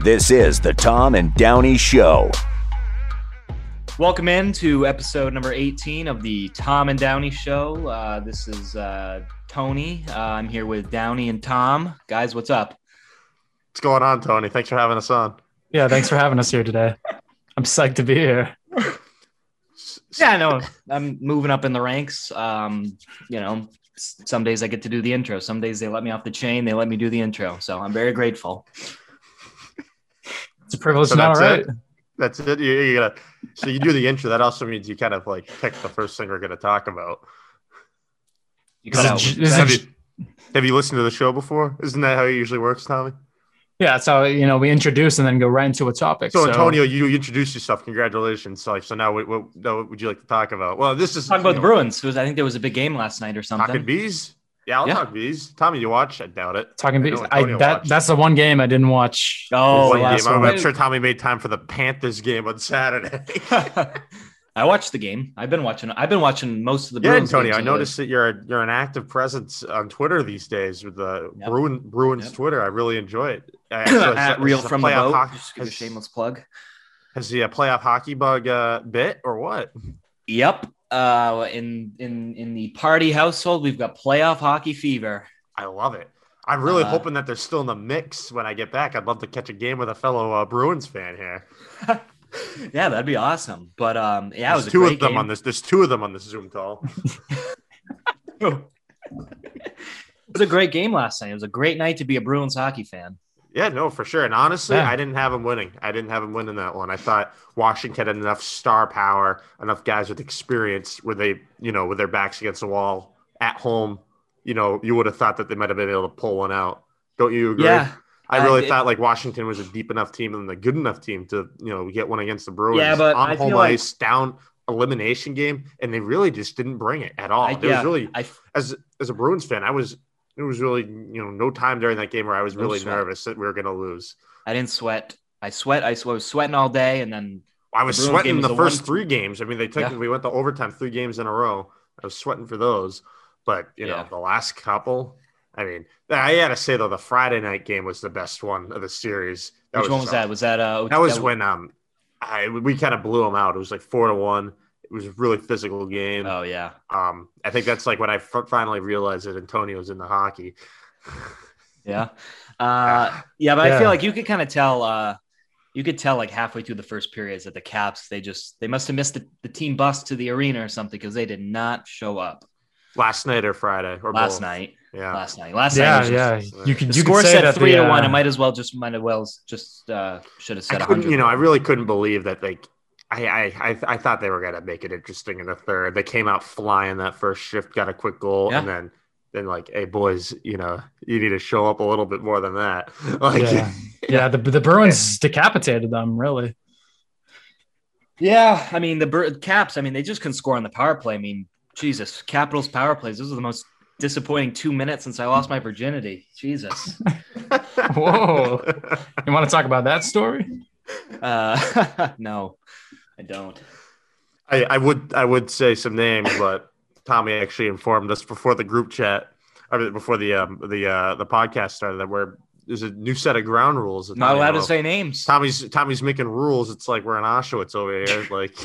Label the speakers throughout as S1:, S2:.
S1: This is the Tom and Downey Show.
S2: Welcome in to episode number 18 of the Tom and Downey Show. Uh, this is uh, Tony. Uh, I'm here with Downey and Tom. Guys, what's up?
S3: What's going on, Tony? Thanks for having us on.
S4: Yeah, thanks for having us here today. I'm psyched to be here.
S2: Yeah, I know. I'm moving up in the ranks. Um, you know, s- some days I get to do the intro. Some days they let me off the chain. They let me do the intro. So I'm very grateful.
S4: It's a privilege,
S3: So
S4: not
S3: that's
S4: right?
S3: it? That's it. You, you gotta. So you do the intro. That also means you kind of like pick the first thing we're gonna talk about.
S2: You
S4: This
S2: cut
S4: is
S2: out.
S4: ju- this
S3: Have
S4: is
S3: you,
S4: ju-
S3: have you listened to the show before? Isn't that how it usually works, Tommy?
S4: yeah, so you know we introduce and then go right into a topic.
S3: So, Antonio, you you introduced yourself. Congratulations. So, so now what, what, now what would you like to talk about? Well, this is
S2: Talk about the
S3: you know,
S2: Bruins. It was- I think there was a big game last night or
S3: talking
S2: something.
S3: bees. Yeah, I'll
S2: Yeah.
S3: talk bees. Tommy, you watch? I doubt it.
S4: talking.
S3: I
S4: Be-
S3: know
S4: I,
S3: Antonio
S4: that
S3: watched.
S4: that's the one game I didn't watch.
S2: Oh,
S4: It's
S3: One
S4: the last
S3: game. I'm,
S4: one.
S3: I'm sure Tommy made time for the Panthers game on Saturday.
S2: I watched the game. I've been watching. I've been watching most of the
S3: yeah,
S2: Bruins.
S3: Antonio,
S2: games
S3: I
S2: lately.
S3: noticed that you're a- you're an active presence on Twitter these days with the
S2: Yep.
S3: Bruin, Bruins
S2: Yep.
S3: Twitter. I really enjoy it. I- so has-
S2: at
S3: has
S2: real from the
S3: playoff
S2: boat.
S3: hoc-
S2: Just give a
S3: has,
S2: shameless plug.
S3: has the uh, playoff hockey bug uh, bit or what?
S2: Yep. Uh, in in in the party household, we've got playoff hockey fever.
S3: I love it. I'm really
S2: Uh,
S3: hoping that they're still in the mix when I get back. I'd love to catch a game with a fellow uh, Bruins fan here.
S2: yeah, that'd be awesome. But um, yeah, it
S3: There's
S2: was a
S3: two
S2: great
S3: of them
S2: game.
S3: on this. There's two of them on this Zoom call.
S2: it was a great game last night. It was a great night to be a Bruins hockey fan.
S3: Yeah, no, for sure. And honestly,
S4: Yeah.
S3: I didn't have him winning. I didn't have him winning that one. I thought Washington had enough star power, enough guys with experience where they, you know, with their backs against the wall at home, you know, you would have thought that they might have been able to pull one out. Don't you agree?
S2: Yeah,
S3: I really
S2: I-
S3: thought like Washington was a deep enough team and a good enough team to, you know, get one against the Bruins
S2: Yeah, but
S3: on
S2: I
S3: home
S2: feel like-
S3: ice, down elimination game, and they really just didn't bring it at all.
S2: I-
S3: It was
S2: yeah,
S3: really
S2: I
S3: as as a Bruins fan, I was it was really you know no time during that game where I was
S2: No
S3: really
S2: sweat.
S3: nervous that we were going to lose.
S2: I didn't sweat. I sweat. I, sw- I was sweating all day, and then
S3: I was
S2: The Bruins game
S3: sweating
S2: was
S3: the
S2: the
S3: first
S2: one-
S3: three games. I mean, they took
S2: Yeah.
S3: we went to overtime three games in a row. I was sweating for those, but you
S2: Yeah.
S3: know the last couple. I mean, I gotta say though, the Friday night game was the best one of the series.
S2: which one was
S3: just-
S2: that? Was that uh?
S3: That was when um, I we kind of blew them out. It was like four to one. It was a really physical game.
S2: Oh yeah.
S3: Um, I think that's like when I f- finally realized that Antonio was in the hockey.
S2: Yeah. Uh, yeah, but I
S4: Yeah.
S2: feel like you could kind of tell, uh, you could tell like halfway through the first periods that the Caps, they just, they must have missed the, the team bus to the arena or something because they did not show up
S3: last night or Friday or
S2: last
S3: both.
S2: night.
S3: Yeah,
S2: Last night. Last night.
S4: yeah,
S2: was just-
S4: yeah. You
S3: The
S4: could
S2: The
S4: you
S2: score
S4: could say
S2: said
S4: that
S2: three
S4: the,
S2: to one. I
S4: uh,
S2: might as well just, might as well just uh, should have said
S3: I
S2: 100.
S3: couldn't. You know, I really couldn't believe that. Like, I, I, I, I thought they were gonna make it interesting in the third. They came out flying that first shift, got a quick goal, and then, then like, hey boys, you know, you need to show up a little bit more than that. Like,
S4: uh, yeah, yeah. The the Bruins decapitated them really.
S2: yeah. I mean, the Bur- Caps, I mean, they just couldn't score on the power play. I mean, Jesus, Capitals power plays. This is the most disappointing two minutes since I lost my virginity. Jesus.
S4: Whoa. You want to talk about that story?
S2: Uh, no, I don't.
S3: I, I would, I would say some names, but Tommy actually informed us before the group chat, I mean, before the um, the uh, the podcast started that we're there's a new set of ground rules. that
S2: Not
S3: Tommy
S2: allowed to
S3: wrote.
S2: say names.
S3: Tommy's Tommy's making rules. It's like we're in Auschwitz over here. Like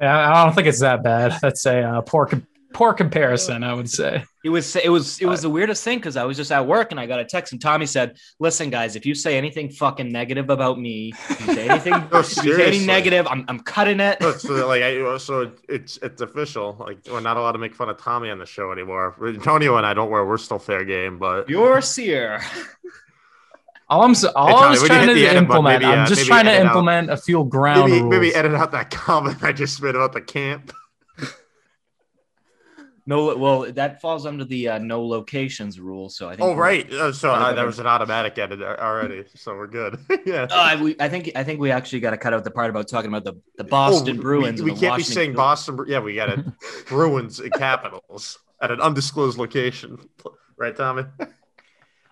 S4: Yeah, I I don't think it's that bad. That's a uh, poor com- poor comparison, I would say.
S2: It was it was it was the weirdest thing because I was just at work and I got a text and Tommy said, "Listen, guys, if you say anything fucking negative about me, if you say anything,
S3: no,
S2: if you say any
S3: seriously.
S2: negative, I'm I'm cutting it."
S3: No, so uh, like I, so it's it's official. Like we're not allowed to make fun of Tommy on the show anymore. Antonio and I don't wear. We're still fair game, but
S2: You're sear.
S4: All I'm s- all
S3: Tommy,
S4: I was
S3: we can
S4: trying
S3: hit the
S4: to
S3: edit button.
S4: implement.
S3: Maybe, uh,
S4: I'm just
S3: maybe
S4: trying to
S3: edit out-
S4: implement a few ground
S3: maybe
S4: rules.
S3: maybe edit out that comment I just made about the camp.
S2: No, well, that falls under the uh, no locations rule. So I think.
S3: Oh right, Uh, so uh,
S2: Automatic.
S3: that was an automatic edit a- already. So we're good. yeah.
S2: Uh, I, we, I think I think we actually got to cut out the part about talking about the, the Boston
S3: Oh, we-
S2: Bruins.
S3: We,
S2: and the
S3: can't
S2: Washington
S3: be saying Boston. Bru- Yeah, we got it. Bruins and Capitals at an undisclosed location. Right, Tommy.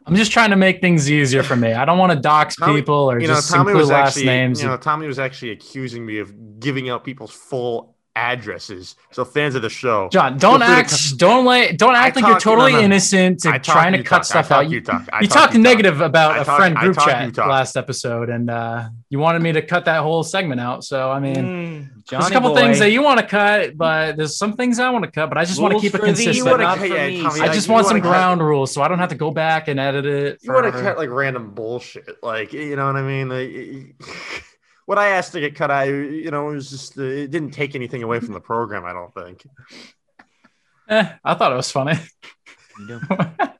S4: I'm just trying to make things easier for me. I don't want to dox
S3: Tommy-
S4: people or just include last names.
S3: You know, Tommy was actually accusing me of giving out people's full addresses. So fans of the show,
S4: John, don't
S3: Feel free to
S4: act, don't lay, don't act like you're
S3: talk- no,
S4: totally
S3: no.
S4: innocent to
S3: I talk,
S4: trying to
S3: you
S4: cut
S3: talk. I
S4: stuff
S3: talk,
S4: out.
S3: you
S4: You,
S3: talk. I
S4: you
S3: talk,
S4: talked
S3: you talk.
S4: negative about
S3: I
S4: a
S3: talk,
S4: friend
S3: I
S4: group
S3: talk, you
S4: chat
S3: talk.
S4: last episode, and uh, you wanted me to cut that whole segment out. So I mean,
S2: Mm, Johnny
S4: there's a couple
S2: boy.
S4: things that you want to cut, but there's some things I want to cut, but I just want to
S2: Rules
S4: keep it
S2: for thee,
S3: You
S4: consistent.
S3: wanna
S2: not
S4: Not-
S3: cut-
S2: for
S3: yeah,
S2: me.
S3: Tommy,
S2: I
S4: I
S3: like,
S4: just
S3: you
S4: want
S3: wanna
S4: some
S3: cut-
S4: ground rules, so I don't have to go back and edit it.
S3: You want to
S4: forever.
S3: cut like random bullshit, like you know what I mean. Like, what I asked to get cut, I you know it was just uh, it didn't take anything away from the program. I don't think.
S4: Eh, I thought it was funny.
S2: You know, This guy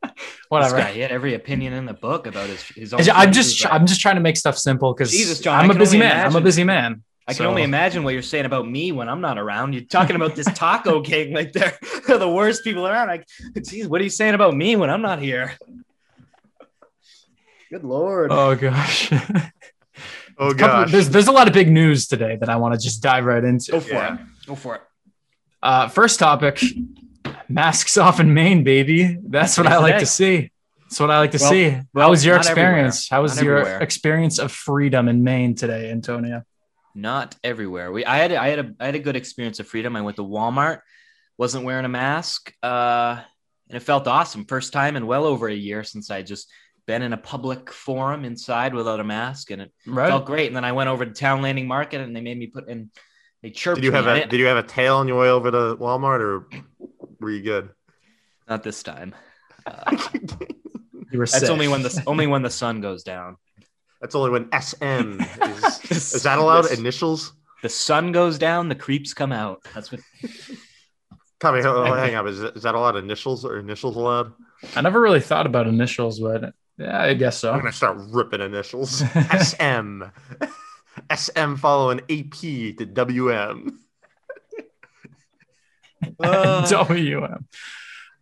S4: Whatever.
S2: he had every opinion in the book about his. his own
S4: I'm
S2: shoes,
S4: just
S2: right?
S4: I'm just trying to make stuff simple because
S2: Jesus, John, I
S4: I'm a
S2: can
S4: busy
S2: only
S4: man. I'm
S2: imagine.
S4: a busy man.
S2: I can
S4: So-
S2: only imagine what you're saying about me when I'm not around. You're talking about this taco gang like they're, they're the worst people around. Like, geez, what are you saying about me when I'm not here? Good lord.
S4: Oh gosh.
S3: Oh
S4: Couple-
S3: gosh,
S4: there's there's a lot of big news today that I want to just dive right into.
S2: Go for
S3: yeah.
S2: it. Go for it.
S4: Uh, first topic: masks off in Maine, baby. That's what I like to see. That's what I like to
S2: Well-
S4: see.
S2: well,
S4: How was your
S2: not everywhere.
S4: experience? How was
S2: Not
S4: your
S2: everywhere.
S4: experience of freedom in Maine today, Antonio?
S2: Not everywhere. We I had I had a I had a good experience of freedom. I went to Walmart, wasn't wearing a mask, uh, and it felt awesome. First time in well over a year since I just been in a public forum inside without a mask, and it
S4: Right.
S2: felt great. And then I went over to Town Landing Market, and they made me put in. They chirped.
S3: did you have
S2: me. I
S3: a
S2: didn't-
S3: did you have a tail on your way over to Walmart or were you good?
S2: Not this time. Uh,
S4: you were
S2: that's
S4: safe.
S2: only when the only when the sun goes down.
S3: That's only when SM is. is that
S2: The
S3: allowed?
S2: s-
S3: Initials?
S2: The sun goes down, the creeps come out. That's what
S3: Tommy, hold- hold- oh, hang up. Is, is that allowed? Initials or initials allowed?
S4: I never really thought about initials, but yeah, I guess
S3: I'm
S4: so.
S3: gonna start ripping initials. SM, SM following AP to WM.
S4: WM. Uh,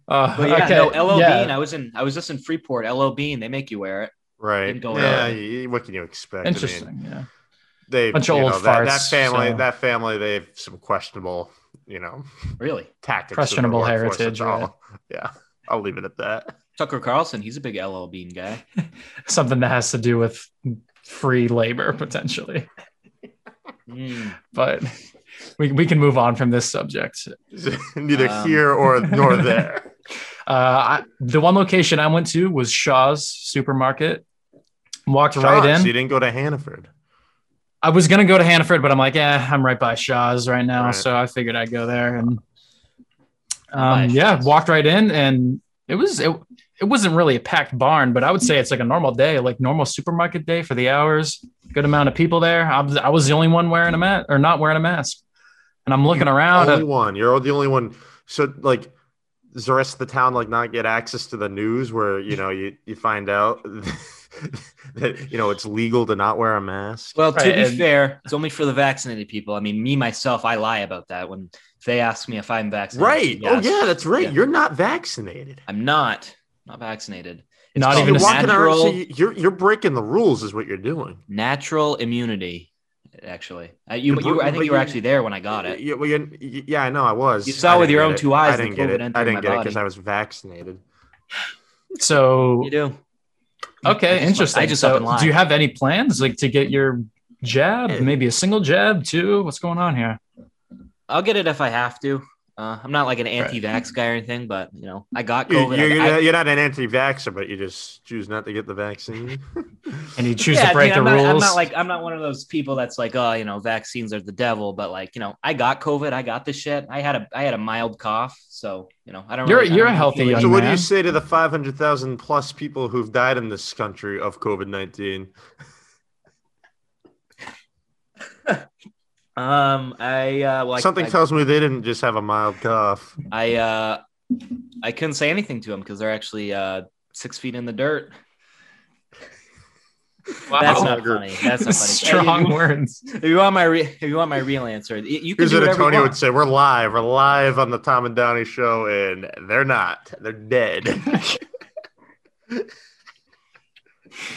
S2: Uh, But yeah,
S4: okay.
S2: no, LL
S4: yeah.
S2: Bean. I was in I was just in Freeport. LL Bean. They make you wear it.
S3: Right.
S2: Didn't go
S3: Yeah.
S2: wrong.
S3: you- What can you expect? I mean,
S4: Interesting. Yeah.
S3: they
S4: Bunch
S3: you
S4: of
S3: know,
S4: old
S3: that, that
S4: farts,
S3: family.
S4: so-
S3: That family. They have some questionable, you know,
S2: Really.
S3: tactics. in their
S4: Questionable
S3: workforce,
S4: heritage,
S3: that's all.
S4: right.
S3: Yeah. I'll leave it at that.
S2: Tucker Carlson. He's a big LL Bean guy.
S4: Something that has to do with free labor potentially,
S2: Mm.
S4: but we, we can move on from this subject.
S3: Neither
S2: Um.
S3: here or nor there.
S4: Uh, I, the one location I went to was Shaw's supermarket. Walked
S3: Sean,
S4: right
S3: so
S4: in.
S3: you didn't go to Hannaford.
S4: I was gonna go to Hannaford, but I'm like, yeah, I'm right by Shaw's right now,
S3: Right.
S4: so I figured I'd go there. And
S2: By
S4: um, yeah,
S2: Shaw's.
S4: walked right in, and it was it, it wasn't really a packed barn, but I would say it's like a normal day, like normal supermarket day for the hours. Good amount of people there. I was, I was the only one wearing a mask or not wearing a mask, and I'm looking
S2: Oh,
S4: around. uh,
S3: only one. You're the only one. So like, does the rest of the town like not get access to the news where you know you you find out that you know it's legal to not wear a mask?
S2: Well, to
S4: Right,
S2: be
S4: and-
S2: fair, it's only for the vaccinated people. I mean, me myself, I lie about that. When if they ask me if I'm vaccinated,
S3: right.
S2: yes.
S3: Oh yeah, that's right.
S2: Yeah.
S3: You're not vaccinated.
S2: I'm not. Not vaccinated.
S4: Not
S2: called
S3: So
S4: even
S3: you're
S4: a
S3: walking around.
S2: natural,
S3: So you- you're you're breaking the rules, is what you're doing.
S2: natural immunity. Actually, I, you,
S3: You're
S2: you, were- I
S3: bro-
S2: think
S3: but
S2: you were
S3: you-
S2: actually there when I got it.
S3: Yeah, well, you're- y- yeah, I know. I was.
S2: You saw
S3: I
S2: with
S3: didn't
S2: your
S3: get
S2: own
S3: it.
S2: two eyes
S3: I
S2: the
S3: didn't get
S2: COVID
S3: it.
S2: entered
S3: I
S2: my
S3: didn't get it
S2: body.
S3: because I was vaccinated.
S4: So
S2: You do.
S4: okay,
S2: I just-
S4: interesting.
S2: I just up
S4: so,
S2: and lied.
S4: do you have any plans like to get your jab?
S3: Yeah.
S4: Maybe a single jab too? What's going on here?
S2: I'll get it if I have to. Uh, I'm not like an anti-vax guy or anything, but you know, I got
S3: You,
S2: COVID.
S3: you're,
S2: I- I-
S3: you're not an anti-vaxxer, but you just choose not to get the vaccine.
S4: And you choose
S2: Yeah,
S4: to break
S2: I mean,
S4: the
S2: I'm
S4: rules.
S2: Not, I'm not like I'm not one of those people that's like, oh, you know, vaccines are the devil. But like, you know, I got COVID. I got this shit. I had a I had a mild cough, so you know, I don't.
S4: You're-
S2: really, I
S4: you're
S2: don't
S4: a healthy
S2: feel
S4: young
S2: it.
S3: So, what do
S4: man.
S3: you say to the 500,000 plus people who've died in this country of COVID 19?
S2: Um, I uh, well, I-
S3: Something
S2: I,
S3: tells me they didn't just have a mild cough.
S2: I uh, I couldn't say anything to them because they're actually uh six feet in the dirt. That's
S3: Wow.
S2: not funny. That's not funny.
S4: Strong
S2: Hey,
S4: words.
S2: if, you, if you want my re- if you want my real answer, you, you can
S3: Here's
S2: do
S3: what
S2: whatever you
S3: Antonio would
S2: want.
S3: say We're live. We're live on the Tom and Downey show, and they're not. They're dead.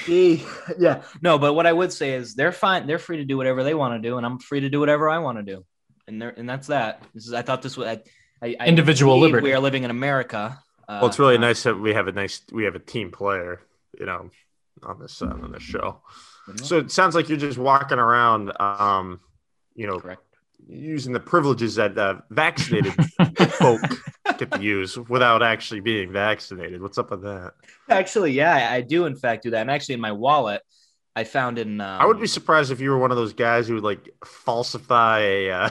S2: yeah. No, but what I would say is they're fine. They're free to do whatever they want to do, and I'm free to do whatever I want to do. And there, and that's that. This is. I thought this was. I, I, I
S4: Individual
S2: believe
S4: liberty.
S2: We are living in America. Uh,
S3: well, it's really
S2: uh,
S3: nice that we have a nice, we have a team player, you know, on this, uh, on this show. So, it sounds like you're just walking around, um, you know,
S2: correct.
S3: using the privileges that uh, vaccinated folk get to use without actually being vaccinated. What's up with that?
S2: Actually, yeah, I- I do in fact do that. And actually, in my wallet, I found in. Um,
S3: I would be surprised if you were one of those guys who would like falsify a uh,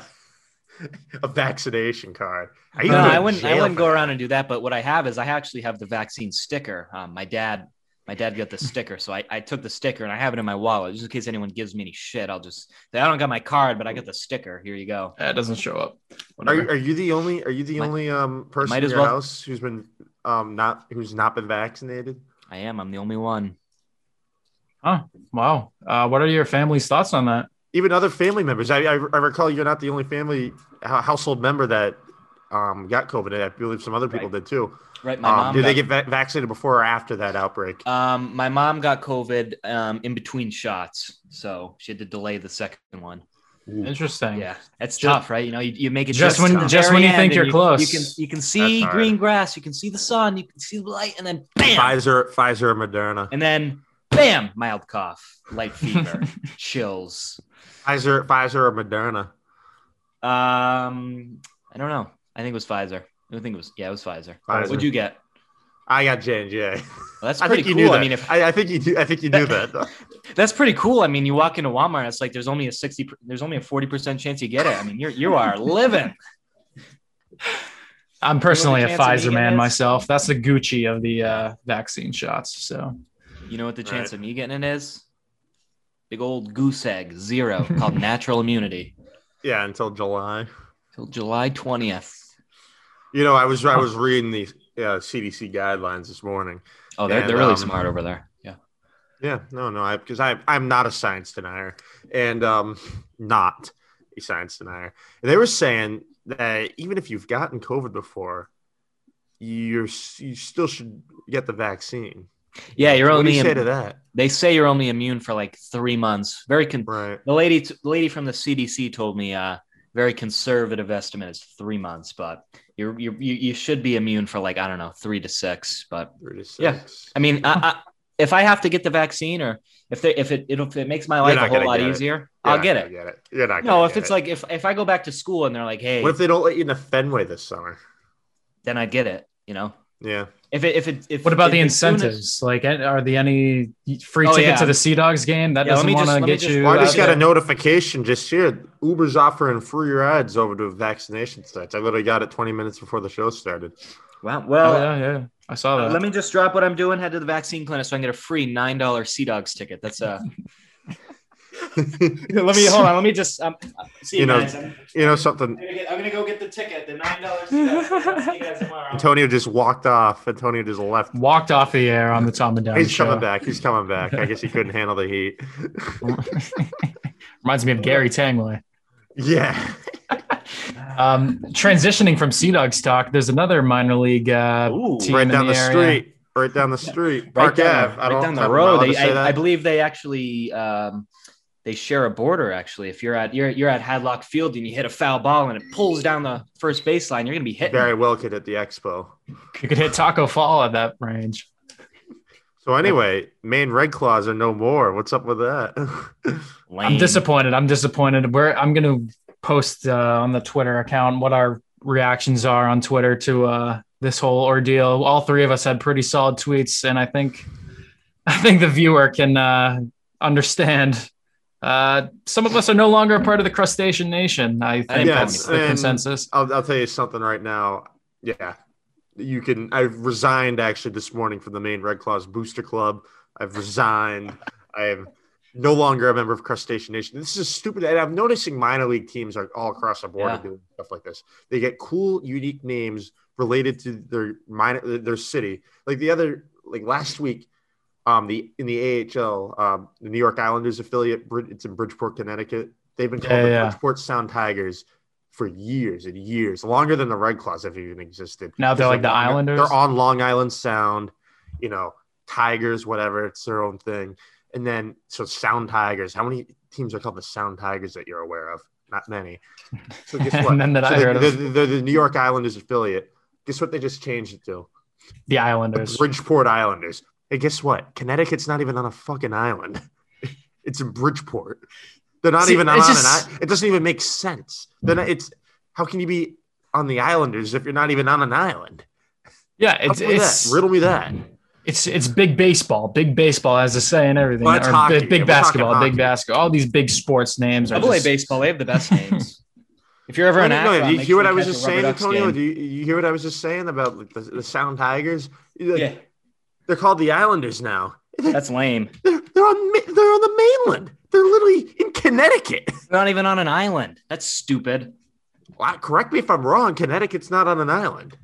S3: a vaccination card.
S2: No,
S3: I used to go
S2: I
S3: to
S2: wouldn't. I
S3: jail
S2: wouldn't
S3: for
S2: go
S3: that.
S2: around and do that. But what I have is I actually have the vaccine sticker. Um, my dad, my dad got the sticker, so I, I took the sticker and I have it in my wallet just in case anyone gives me any shit. I'll just. I don't got my card, but I got the sticker. Here you go.
S4: That doesn't show up.
S3: Are
S4: Whatever.
S3: you, are you the only are you the
S2: Might-
S3: only um person
S2: might
S3: in
S2: as
S3: your
S2: well-
S3: house who's been um not who's not been vaccinated?
S2: I am. I'm the only one.
S4: wow. Uh, what are your family's thoughts on that?
S3: Even other family members. I, I, I recall you're not the only family hou- household member that um got COVID. I believe some other people did too.
S2: Right, my
S3: Um,
S2: mom.
S3: did they
S2: got-
S3: get va- vaccinated before or after that outbreak?
S2: Um, my mom got COVID um, in between shots, so she had to delay the second one.
S4: Interesting.
S2: Yeah, that's
S4: Just-
S2: tough, right? You know, you, you make it
S4: Just
S2: to
S4: when-
S2: the
S4: just
S2: very
S4: when you
S2: end
S4: think
S2: and
S4: you're
S2: you-
S4: close.
S2: you can you can see
S3: hard.
S2: green grass, you can see the sun, you can see the light, and then bam,
S3: Pfizer, Pfizer, and Moderna.
S2: and then bam, mild cough, light fever, chills.
S3: Pfizer, Pfizer, or Moderna.
S2: Um, I don't know. I think it was Pfizer. I think it was yeah, it was Pfizer.
S3: Pfizer.
S2: What'd you get?
S3: I got J and J.
S2: Well, that's
S3: I
S2: pretty
S3: think
S2: cool.
S3: you knew that.
S2: I mean, if
S3: I, I think you, do, I think you knew that. though.
S2: that's pretty cool. I mean, you walk into Walmart, it's like there's only a sixty, per- there's only a forty percent chance you get it. I mean, you're you are living.
S4: I'm personally a
S2: chance of me
S4: Pfizer
S2: getting
S4: man
S2: this?
S4: myself. That's the Gucci of the uh, vaccine shots. So
S2: You know what the
S3: Right.
S2: chance of me getting it is? Big old goose egg, zero, called natural immunity
S3: Yeah, until July.
S2: till July twentieth.
S3: You know, I was I was reading the uh, CDC guidelines this morning.
S2: Oh, they're,
S3: Yeah,
S2: they're really
S3: um,
S2: smart over there. Yeah.
S3: Yeah, no, no, I because I I'm not a science denier and um not a science denier. And they were saying that even if you've gotten COVID before, you're s- you still should get the vaccine.
S2: Yeah, you're
S3: What do
S2: only
S3: you
S2: in-
S3: say to that?
S2: they say you're only immune for like three months. Very con-
S3: Right.
S2: the lady t- the lady from the CDC told me uh very conservative estimate is three months, but you're, you're you you should be immune for like I don't know three to six. But
S3: Thirty six.
S2: Yeah. I mean, I, I, if I have to get the vaccine or if they, if it it'll, if it makes my life
S3: not
S2: a whole
S3: gonna
S2: lot
S3: get it.
S2: easier,
S3: You're
S2: I'll
S3: not
S2: get
S3: gonna
S2: it.
S3: Get it. You're not
S2: No,
S3: gonna
S2: if
S3: get
S2: it's
S3: it.
S2: like if if I go back to school and they're like, hey,
S3: what if they don't let you into Fenway this summer?
S2: then I get it. You know,
S3: Yeah.
S2: if it if it if
S4: what about the
S2: if- as soon as-
S4: incentives? Like, a- are there any free
S2: Oh,
S4: ticket
S2: yeah.
S4: to the Sea Dogs game? That
S2: Yeah, let
S4: doesn't
S2: me
S4: want
S2: just-
S4: to
S2: let me
S4: get
S2: just-
S4: you.
S2: Well,
S3: Well, I
S4: out
S3: just got
S4: there.
S3: a notification just here. Uber's offering free rides over to vaccination sites. I literally got it 20 minutes before the show started.
S2: Wow.
S4: Oh,
S2: Well,
S4: yeah, yeah. I saw that.
S2: Uh, Let me just drop what I'm doing, head to the vaccine clinic so I can get a free nine dollar Sea Dogs ticket. That's uh let me hold on, let me just um see
S3: You
S2: you
S3: know-
S2: guys. I'm,
S3: You know something?
S2: I'm gonna get, I'm gonna go get the ticket, the nine dollar Sea Dogs. ticket. see you guys tomorrow.
S3: Antonio just walked off. Antonio just left.
S4: Walked off the air on the Tom and Down
S3: He's
S4: show.
S3: coming back. He's coming back. I guess he couldn't handle the heat.
S4: Reminds me of Gary Tangway.
S3: Yeah.
S4: Um, transitioning from Sea Dogs talk, there's another minor league uh,
S2: Ooh,
S4: team
S3: right
S4: in
S3: down the,
S4: the area.
S3: street. Right down the street. Park
S2: right down,
S3: Ave.
S2: the-
S3: I
S2: right
S3: don't
S2: down the
S3: am I
S2: road.
S3: allowed to
S2: They,
S3: say
S2: I, I
S3: that?
S2: believe they actually um they share a border actually. If you're at you're you're at Hadlock Field and you hit a foul ball and it pulls down the first baseline, you're gonna be hitting.
S3: Barry Wilkett at the expo.
S4: You could hit Taco Fall at that range.
S3: So, anyway, Maine Red Claws are no more. What's up with that?
S2: Lame.
S4: I'm disappointed. I'm disappointed. Where I'm going to post uh, on the Twitter account what our reactions are on Twitter to uh, this whole ordeal. All three of us had pretty solid tweets, and I think I think the viewer can uh, understand. Uh, some of us are no longer a part of the crustacean nation. I think
S2: Yes,
S4: that's the
S3: and-
S4: consensus.
S3: I'll, I'll tell you something right now. Yeah, you can. I resigned actually this morning from the main Red Claws Booster Club. I've resigned. I am no longer a member of Crustacean Nation. This is stupid. And I'm noticing minor league teams are all across the board are
S2: Yeah.
S3: doing stuff like this. They get cool, unique names related to their minor their city. Like the other, like last week, um, the in the AHL, um, the New York Islanders affiliate, Brid- it's in Bridgeport, Connecticut. They've been called
S4: Yeah,
S3: the
S4: yeah.
S3: Bridgeport Sound Tigers for years and years, longer than the Red Claws have even existed.
S4: Now they're like the
S3: Long-
S4: Islanders?
S3: They're on Long Island Sound, you know, Tigers, whatever. It's their own thing. And then so Sound Tigers. How many teams are called the Sound Tigers that you're aware of? Not many. So guess what?
S4: and then that
S3: So
S4: I
S3: they're,
S4: heard of
S3: they're- they're the New York Islanders affiliate. Guess what they just changed it to?
S4: the
S3: The
S4: Islanders.
S3: Bridgeport Islanders. And guess what? Connecticut's not even on a fucking island. It's in Bridgeport. They're not
S4: See,
S3: even on
S4: it's
S3: an
S4: just-
S3: island. It doesn't even make sense. Then it's how can you be on the Islanders if you're not even on an island?
S4: Yeah,
S3: Help
S4: it's
S3: me with
S4: it's
S3: that. riddle me that.
S4: it's it's big baseball. Big baseball has a say in everything.
S3: Well, it's
S4: Or
S3: hockey.
S4: big, big
S3: We're talking
S4: basketball,
S3: hockey.
S4: big basketball. All these big sports names are
S2: Double A
S4: just,
S2: baseball, they have the best names. if you're ever an
S3: No,
S2: athlete,
S3: no, you hear what I was just saying, Antonio? Do you, you hear what I was just saying about like, the, the Sound Tigers? Like,
S2: Yeah,
S3: They're called the Islanders now.
S2: that's lame.
S3: They're, they're on ma- they're on the mainland. They're literally in Connecticut.
S2: They're not even on an island. That's stupid.
S3: Wow, correct me if I'm wrong. Connecticut's not on an island.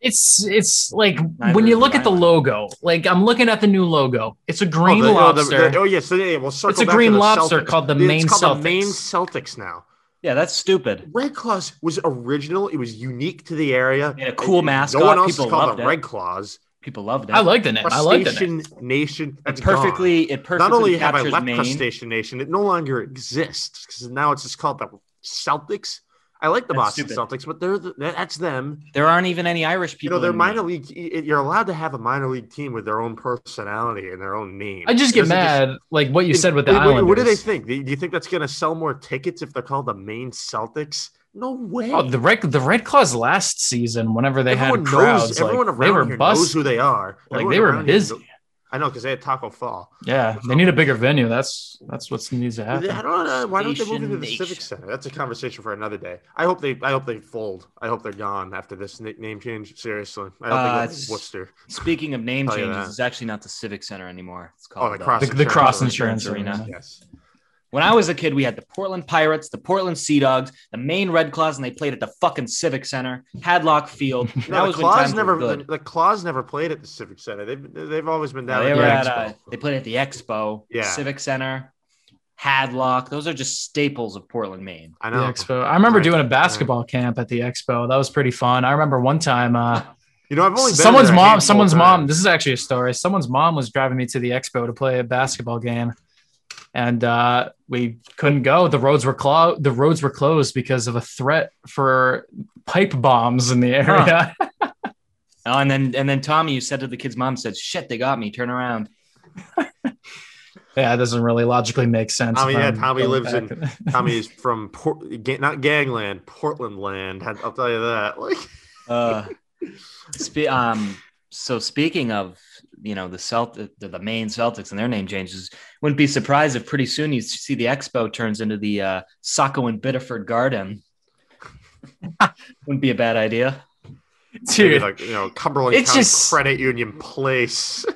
S4: It's it's like
S2: Neither
S4: when
S2: is
S4: you
S2: an
S4: look at the
S2: island.
S4: logo. Like I'm looking at the new logo. It's a green
S3: oh, the- oh, the-
S4: lobster.
S3: the- oh, yes. yeah, yeah, we'll circle
S4: It's a
S3: back to
S4: green
S3: the
S4: lobster
S3: Celtics.
S4: called the
S3: It's
S4: Maine
S3: called the Maine
S4: Celtics.
S3: Celtics now.
S2: Yeah, that's stupid.
S3: Red Claws was original. It was unique to the area.
S2: They had a cool mascot.
S3: No one else
S2: People
S3: is called
S2: loved
S3: the
S2: it.
S3: Red Claws.
S2: People loved it.
S4: I like the name. I like the name.
S3: Crustacean Nation.
S2: it.
S3: That's gone.
S2: Perfectly, it perfectly
S3: Not only have I
S2: captures
S3: left
S2: Maine.
S3: Crustacean Nation, it no longer exists because now it's just called the Celtics. I like the
S2: That's
S3: Boston
S2: stupid.
S3: Celtics, but they're the, that's them.
S2: There aren't even any Irish
S3: You
S2: people.
S3: know, they're
S2: in
S3: minor
S2: Maine.
S3: league. y- You're allowed to have a minor league team with their own personality and their own name.
S4: I just
S3: It
S4: get
S3: doesn't
S4: mad, like what you
S3: It-
S4: said with the
S3: what-
S4: Islanders.
S3: what, what do they think? Do you do you think that's going to sell more tickets if they're called the Maine Celtics? No way.
S4: Oh, the red the Red Claws last season, whenever they
S3: everyone
S4: had crowds,
S3: knows,
S4: like,
S3: everyone around
S4: they were
S3: here knows
S4: bust.
S3: who they are.
S4: Like,
S3: Everyone
S4: they were
S3: around here
S4: busy.
S3: kno- I know because they had Taco Fall.
S4: Yeah, they need a bigger venue. That's that's what needs to
S3: I
S4: happen.
S3: don't know why don't they move into the
S2: Nation.
S3: Civic Center. That's a conversation for another day. I hope they. I hope they fold. I hope they're gone after this nickname change. Seriously, I hope
S2: Uh,
S3: they go
S2: it's-
S3: to Worcester.
S2: Speaking of name
S3: Tell you
S2: changes,
S3: Oh, that.
S2: it's actually not the Civic Center anymore. It's
S3: Oh,
S2: called uh,
S3: the cross.
S4: The- the cross insurance
S2: arena.
S4: arena.
S3: Yes.
S2: When I was a kid, we had the Portland Pirates, the Portland Sea Dogs, the Maine Red Claws, and they played at the fucking Civic Center, Hadlock Field. That
S3: No, the
S2: was when
S3: Claws
S2: times
S3: never.
S2: were
S3: The,
S2: good.
S3: the Claws never played at the Civic Center. They've they've always been down.
S2: they,
S3: at
S2: were
S3: the
S2: at,
S3: Expo.
S2: uh, they played at the Expo,
S3: Yeah.
S2: Civic Center, Hadlock. Those are just staples of Portland, Maine.
S3: I
S4: The
S3: know.
S4: expo. I remember
S3: Right.
S4: doing a basketball camp at the expo. That was pretty fun. I remember one time, uh,
S3: You know, I've only been
S4: someone's
S3: there a
S4: mom,
S3: handful
S4: someone's
S3: of
S4: mom.
S3: times.
S4: This is actually a story. Someone's mom was driving me to the expo to play a basketball game, and uh, we couldn't go. The roads were closed. The roads were closed because of a threat for pipe bombs in the
S2: Huh.
S4: area.
S2: Oh, and then and then Tommy, you said to the kid's mom, said, "Shit, they got me. Turn around."
S4: Yeah, it doesn't really logically make sense.
S3: Tommy-
S4: if
S3: yeah,
S4: I'm
S3: Tommy
S4: going
S3: lives
S4: back.
S3: Tommy is from Port, ga- not Gangland, Portland land. I- I'll tell you that. Like,
S2: Uh, spe- um, so speaking of you know the Celt the, the Maine Celtics and their name changes, wouldn't be surprised if pretty soon you see the Expo turns into the uh, Saco and Biddeford Garden. wouldn't be a bad idea.
S3: maybe
S4: Dude,
S3: like you know, Cumberland
S4: It's
S3: County
S4: just-
S3: Credit Union Place.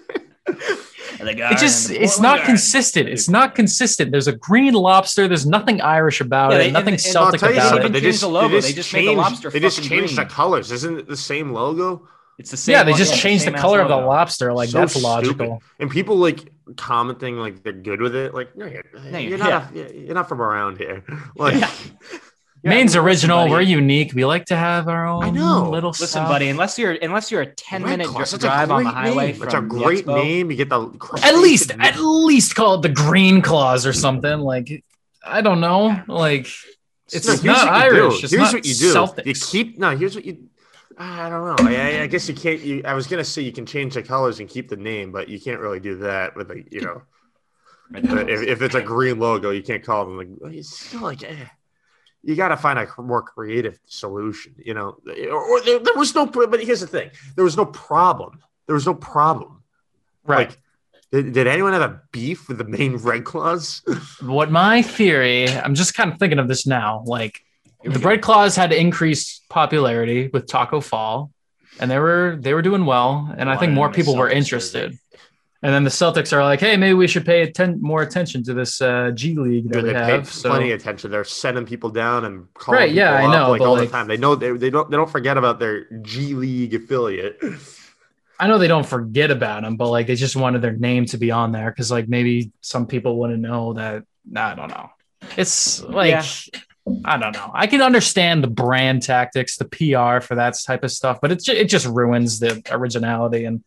S4: it just it's not consistent. It's not consistent. There's a green lobster. There's nothing Irish about
S2: Yeah,
S4: it.
S2: they-
S4: nothing
S2: and- and I'll
S4: Celtic
S2: tell you
S4: about
S2: something.
S4: it.
S2: They changed the logo. They just made the
S3: changed,
S2: lobster
S3: They just
S2: fucking
S3: changed
S2: green.
S3: the colors. Isn't it the same logo?
S2: It's the same.
S4: Yeah, they
S2: one-
S4: just
S2: the
S4: changed the
S2: same-ass
S4: color of the
S2: logo.
S4: lobster. Like
S3: So
S4: that's
S3: stupid.
S4: logical.
S3: And people like commenting like they're good with it. Like, no, you're,
S2: No,
S3: you're
S2: you're-
S3: not. You're not from around here. Like,
S2: Yeah. Yeah.
S4: Maine's original.
S2: Listen,
S4: We're
S2: buddy.
S4: unique. We like to have our own
S3: I know.
S4: little
S2: Listen,
S4: stuff.
S2: buddy, unless you're unless you're a ten
S3: Red
S2: minute
S3: Cross, that's a
S2: drive on the
S3: great
S2: highway,
S3: name. That's a
S2: from the
S3: great
S2: Expo,
S3: name. You get the
S4: At least at least call it the green claws or something. Like I don't know. Like It's
S3: No, here's
S4: not
S3: what you do.
S4: Irish, it's
S3: here's
S4: not
S3: what you do. You
S4: Celtics.
S3: keep no. Here's what you. ah, I don't know. I, I- I guess you can't. You, I was gonna say you can change the colors and keep the name, but you can't really do that with like you know. If, if it's a green logo, you can't call them like. It's still like. Eh. You got to find a more creative solution, you know. Or, or there, there was no. pro- But here's the thing: there was no problem. There was no problem.
S4: right.
S3: Like, did, did anyone have a beef with the main Red Claws?
S4: what my theory? I'm just kind of thinking of this now. Like
S2: Here we
S4: the
S2: go.
S4: Red Claws had increased popularity with Taco Fall, and they were they were doing well, and I
S2: Wanted
S4: think more
S2: them to
S4: people were
S2: sell this
S4: interested. And then the Celtics are like, hey, maybe we should pay atten- more attention to this uh, G League that
S3: Good,
S4: we
S3: they paid
S4: have. So
S3: plenty of attention. They're sending people down and calling
S4: Right, yeah,
S3: people
S4: I
S3: up,
S4: know,
S3: like
S4: but,
S3: all
S4: like-
S3: the time. They know they, they don't they don't forget about their G League affiliate.
S4: I know they don't forget about them, but like they just wanted their name to be on there because like maybe some people wouldn't know that. I don't know. It's like I don't know. I can understand the brand tactics, the PR for that type of stuff, but it ju- it just ruins the originality and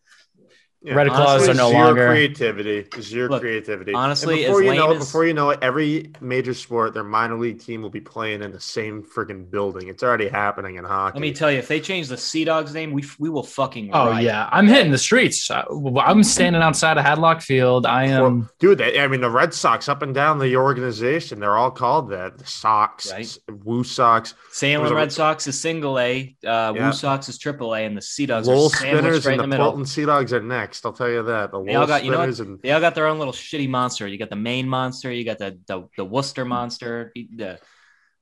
S3: Yeah.
S4: Red claws
S2: honestly,
S4: are no
S3: zero
S4: longer.
S3: creativity. Zero
S2: Look,
S3: creativity.
S2: honestly,
S3: and before
S2: as
S3: you know
S2: lame
S3: it,
S2: as-
S3: before you know it, every major sport, their minor league team will be playing in the same freaking building. It's already happening in hockey.
S2: Let me tell you, if they change the Sea Dogs name, we f- we will fucking.
S4: Oh
S2: riot.
S4: yeah, I'm hitting the streets. I, am standing outside of Hadlock Field. I am.
S3: Dude, they, I mean, the Red Sox up and down the organization, they're all called that. The Sox,
S2: Right.
S3: S- Woo Sox,
S2: Salem
S3: There's a-
S2: Red Sox is single A, uh,
S3: Yeah.
S2: Woo Sox is triple A, and the Sea Dogs
S3: Lowell
S2: are sandwiched
S3: Spinners,
S2: right in
S3: and
S2: the
S3: the
S2: middle.
S3: Bolton Sea Dogs are next. I'll tell you that. The
S2: They
S3: Lowell
S2: all got- you know
S3: Spinners and
S2: They all got their own little shitty monster. You got the Maine monster, you got the the, the Worcester monster, the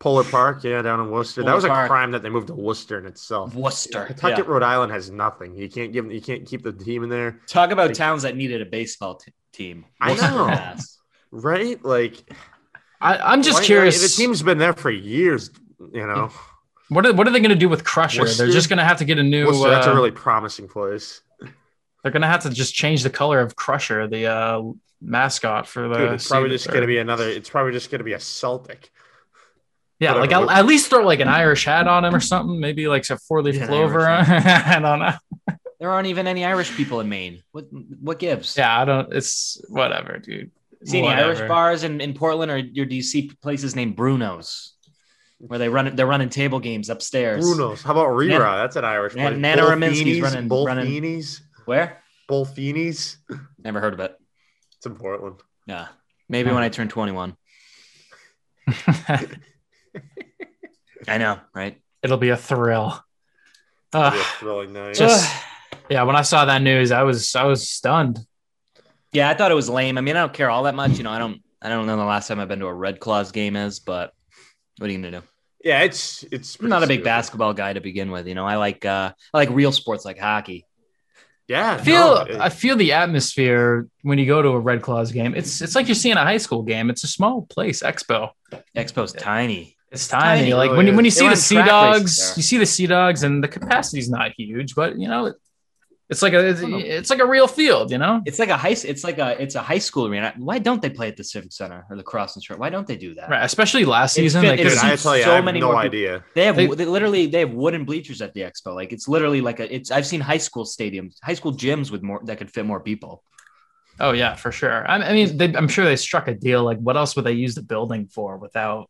S3: Polar Park, yeah, down in Worcester.
S2: Polar
S3: that was a
S2: Park.
S3: crime that they moved to Worcester in itself.
S2: Worcester. Yeah.
S3: Pawtucket, Rhode Island has nothing. You can't give, you can't keep the team in there.
S2: Talk about towns that needed a baseball t- team.
S3: I
S2: Worcester
S3: know.
S2: has.
S3: Right? Like,
S4: I, I'm just
S3: why-
S4: curious.
S3: The team's been there for years, you know.
S4: what are what are they going to do with Crusher?
S3: Worcester?
S4: They're just going to have to get a new.
S3: Worcester, that's
S4: uh,
S3: a really promising place.
S4: They're going to have to just change the color of Crusher, the uh, mascot for
S2: uh,
S4: the.
S3: Dude, it's probably
S4: Sabres,
S3: just going to
S4: or-
S3: be another, it's probably just going to be a Celtic.
S4: Yeah, like
S3: whatever.
S4: at, at least throw like an Irish hat on him or something. Maybe like a four leaf
S2: Yeah, an
S4: clover.
S2: Irish
S4: I don't know.
S2: There aren't even any Irish people in Maine. What what gives?
S4: Yeah, I don't. It's whatever, dude.
S2: See any
S4: Whatever.
S2: Irish bars in, in Portland or your DC places named Bruno's, where they run they're running table games upstairs.
S3: Bruno's. How about Rira?
S2: Nan-
S3: That's an Irish
S2: Nan-
S3: place.
S2: Nana Rominski's
S3: Bolfini's-
S2: running- running-
S3: Bolfini's.
S2: Where?
S3: Bolfini's.
S2: Never heard of it.
S3: It's in Portland.
S2: Yeah. Maybe when I turn 21. I know, right?
S4: It'll be a thrill.
S3: It'll be
S4: Uh,
S3: a thrilling night.
S4: Just- yeah, when I saw that news, I was I was stunned.
S2: Yeah, I thought it was lame. I mean, I don't care all that much. You know, I don't I don't know the last time I've been to a Red Claws game is, but what are you gonna do?
S3: yeah, it's it's
S2: I'm not a
S3: pretty
S2: big
S3: stupid.
S2: basketball guy to begin with. You know, I like uh I like real sports like hockey.
S3: Yeah,
S4: I feel
S3: no,
S4: I feel the atmosphere when you go to a Red Claws game. It's it's like you're seeing a high school game. It's a small place, Expo.
S2: Expo's tiny.
S4: It's tiny.
S2: Tiny.
S4: Like
S3: Oh,
S4: when you
S3: yeah.
S4: when you
S2: They
S4: see
S2: run
S4: the Sea
S2: track races
S4: Dogs,
S2: there.
S4: you see the Sea Dogs, and the capacity's not huge, but you know, it, it's like a it's, it's like a real field. You know,
S2: It's like a high it's like a it's a high school arena. Why don't they play at the Civic Center or the Cross and Shore? Why don't they do that?
S4: right? Especially last
S2: It's
S4: season,
S2: fit-
S4: like
S2: it's
S3: dude,
S4: there's-
S3: I tell you,
S2: so
S3: I have
S2: many
S3: no
S2: more people-
S3: idea.
S2: They have
S4: They-
S2: they literally they have wooden bleachers at the expo. Like it's literally like a it's I've seen high school stadiums, high school gyms with more that could fit more people.
S4: oh yeah, for sure. I, I mean, they, I'm sure they struck a deal. Like, what else would they use the building for without?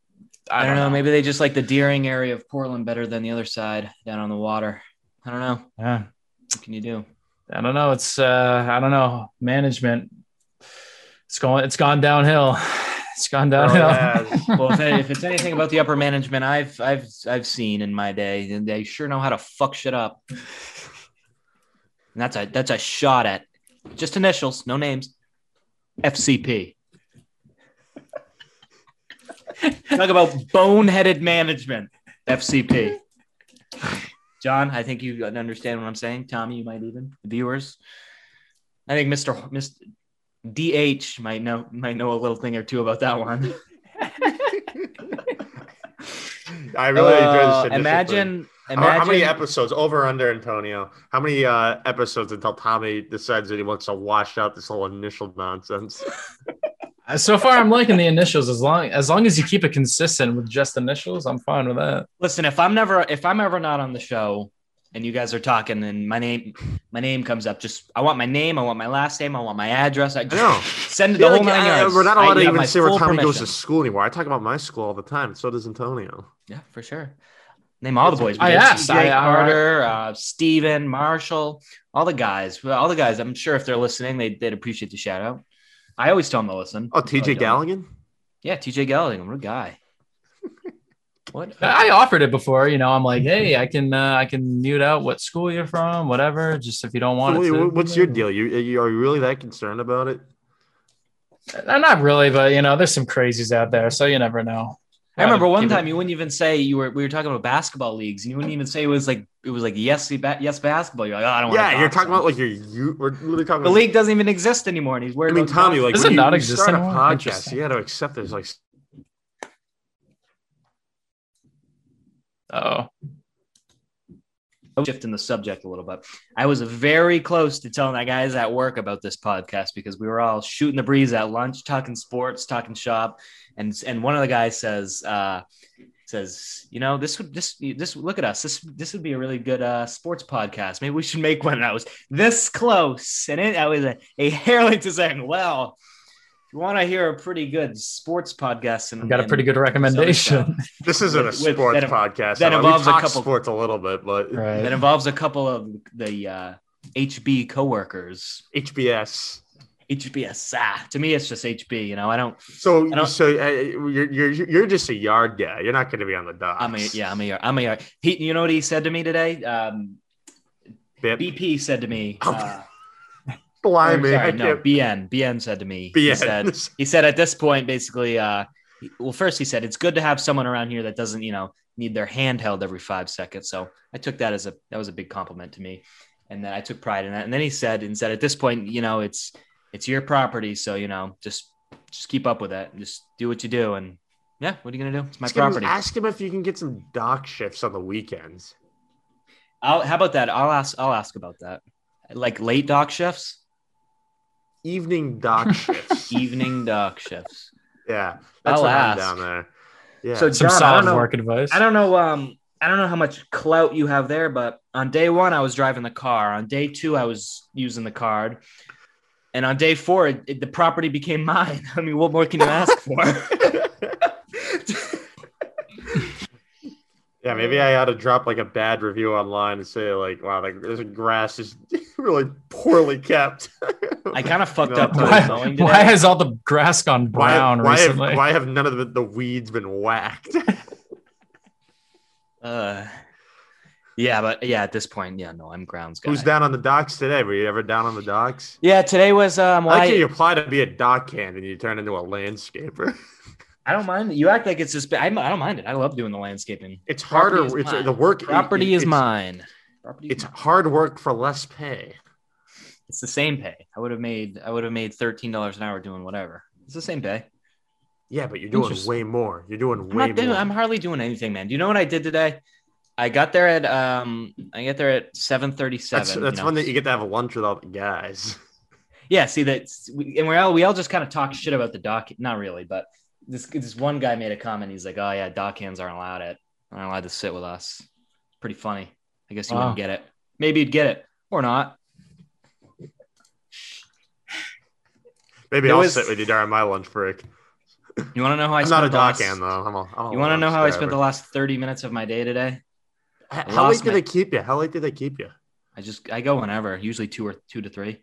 S2: I don't know, maybe they just like the Deering area of Portland better than the other side down on the water. I don't know.
S4: Yeah.
S2: What can you do?
S4: I don't know. It's uh, I don't know management. It's going. It's gone downhill. It's gone
S2: Oh,
S3: Bro,
S4: downhill.
S3: yeah,
S2: Well, if, if it's anything about the upper management I've I've I've seen in my day, then they sure know how to fuck shit up. And that's a that's a shot at just initials, no names. FCP. Talk about boneheaded management. FCP. John, I think you understand what I'm saying. Tommy, you might even viewers. I think Mr. Ho- Mr. DH might know might know a little thing or two about that one.
S3: I really enjoy this.
S2: Uh,
S3: initial thing.
S2: Imagine,
S3: How- How, many
S2: imagine.
S3: episodes over under Antonio? How many uh, episodes until Tommy decides that he wants to wash out this whole initial nonsense?
S4: Uh, So far, I'm liking the initials. As long as long as you keep it consistent with just initials, I'm fine with that.
S2: listen, if I'm never, if I'm ever not on the show, and you guys are talking, and my name, my name comes up. Just, I want my name, I want my last name, I want my address. I
S3: I
S2: just
S3: know.
S2: send it the
S3: Yeah,
S2: whole
S3: like,
S2: nine
S3: I,
S2: yards.
S3: we're not
S2: I-
S3: allowed
S2: you
S3: to
S2: have
S3: even
S2: my
S3: say where
S2: full
S3: Tommy goes
S2: permission.
S3: to school anymore. I talk about my school all the time. So does Antonio. Oh,
S2: Yeah, for sure. Name all the boys. We
S4: I
S2: got
S4: asked.
S2: TJ
S4: I- I-
S2: Carter, uh, Steven, Marshall, all the guys. Well, All the guys. I'm sure if they're listening, they, they'd appreciate the shout out. I always tell them to listen.
S3: Oh, TJ
S2: Gallagher.
S3: Galligan?
S2: Yeah, TJ Gallagher. What a guy. What? a-
S4: I offered it before. You know, I'm like, hey, I can uh, I can mute out what school you're from, whatever. Just if you don't want
S3: Wait,
S4: it. To.
S3: wh- What's your deal? You, you are you really that concerned about it?
S4: Uh, Not really, but you know, there's some crazies out there, so you never know.
S2: I remember one
S4: Give it-
S2: time you wouldn't even say you were. We were talking about basketball leagues, and you wouldn't even say it was like it was like yes, ba- yes basketball. You're like, oh, I don't.
S3: Yeah,
S2: want
S3: you're talking about like your you. We're literally talking
S2: the
S3: about.
S2: league doesn't even exist anymore, and he's
S3: I
S2: worried.
S3: mean,
S2: about
S3: Tommy, like
S4: Does
S3: when
S4: it
S3: you-
S4: not
S3: you
S4: exist
S3: start a
S4: anymore?
S3: podcast,
S4: Interesting.
S3: you got to accept there's like
S4: Oh,
S2: shifting the subject a little bit. I was very close to telling the guys at work about this podcast because we were all shooting the breeze at lunch, talking sports, talking shop, and and one of the guys says uh, says, you know, this would this this look at us. This this would be a really good uh, sports podcast. Maybe we should make one. And I was this close, and it I was a, a hair length to saying, well, if you want to hear a pretty good sports podcast, and
S4: I've got a pretty good recommendation.
S3: This isn't
S2: With-
S3: a
S2: with-
S3: sports
S2: that im-
S3: podcast.
S2: that
S3: I mean, we
S2: involves a
S3: talk
S2: couple-
S3: sports a little bit, but
S2: that
S4: right.
S2: involves a couple of the uh, HB coworkers.
S3: HBS.
S2: HBS. Ah, to me, it's just HB. You know, I don't. I
S3: So
S2: don't-
S3: so uh, you're you're you're just a yard guy. You're not going to be on the docks.
S2: I'm a yeah. I'm a I'm a. He, you know what he said to me today? Um,
S3: Bip.
S2: BP said to me. Uh,
S3: Blimey,
S2: sorry,
S3: Oh, I
S2: no,
S3: can't
S2: BN. BN said to me.
S3: be
S2: He
S3: in
S2: said,
S3: this.
S2: he said at this point, basically, uh, well, first he said it's good to have someone around here that doesn't, you know, need their hand held every five seconds. So I took that as a that was a big compliment to me, and then I took pride in that. And then he said and said at this point, you know, it's it's your property, so you know, just just keep up with that. Just do what you do, and yeah, what are you gonna do? It's my
S3: Ask him-
S2: property.
S3: Ask him if you can get some dock shifts on the weekends.
S2: I'll, how about that? I'll ask. I'll ask about that. Like late dock shifts,
S3: Evening dock shifts.
S2: evening dock shifts.
S3: yeah,
S2: I'll
S3: what I'm
S2: ask.
S3: down there. Yeah.
S2: So
S4: Some
S2: John, I don't
S4: solid
S2: know-
S4: work advice.
S2: I don't know. Um, I don't know how much clout you have there, but on day one, I was driving the car. On day two, I was using the card, and on day four, it, it- the property became mine. I mean, what more can you ask for?
S3: yeah, maybe I ought to drop like a bad review online and say like, "Wow, like, this grass is really poorly kept."
S2: I kind of fucked
S3: No,
S2: up when I
S4: why,
S2: was mowing today.
S4: why has all the grass gone brown
S3: why, have,
S4: recently?
S3: why have none of the, the weeds been whacked?
S2: uh, yeah, but yeah, at this point, yeah, no, I'm grounds guy.
S3: Who's down on the docks today? Were you ever down on the docks?
S2: Yeah, today was um.
S3: I
S2: why-
S3: like how you apply to be a dock hand and you turn into a landscaper.
S2: I don't mind. You act like it's just. I'm, I don't mind it. I love doing the landscaping.
S3: It's
S2: Property
S3: harder.
S2: is
S3: It's
S2: mine.
S3: the work.
S2: Property
S3: is
S2: is mine. Property. is
S3: It's hard work for less pay.
S2: It's the same pay. I would have made I would have made thirteen dollars an hour doing whatever. It's the same pay.
S3: Yeah, but you're doing
S2: Interesting.
S3: way more. You're doing
S2: I'm
S3: way
S2: not doing
S3: more.
S2: I'm hardly doing anything, man. Do you know what I did today? I got there at um I got there at seven thirty seven.
S3: that's that's one that you get to have lunch with all the guys.
S2: yeah, see that we- and we're all we all just kind of talk shit about the dock. Not really, but this this one guy made a comment. He's like, Oh yeah, dock hands aren't allowed it. Aren't allowed to sit with us. Pretty funny. I guess you
S4: Wow.
S2: wouldn't get it. Maybe you'd get it or not.
S3: Maybe
S2: There
S3: I'll
S2: was-
S3: sit with you during my lunch break.
S2: You wanna know how I
S3: I'm
S2: spent
S3: not a
S2: the
S3: dock
S2: last-
S3: hand though. I'm a, I'm a
S2: You want to know how I
S3: lunch
S2: spent the last 30 minutes of my day today?
S3: grabber.
S2: I
S3: How late
S2: lost
S3: do
S2: my-
S3: they keep you? How late do they keep you?
S2: I just I go whenever, usually two or two to three.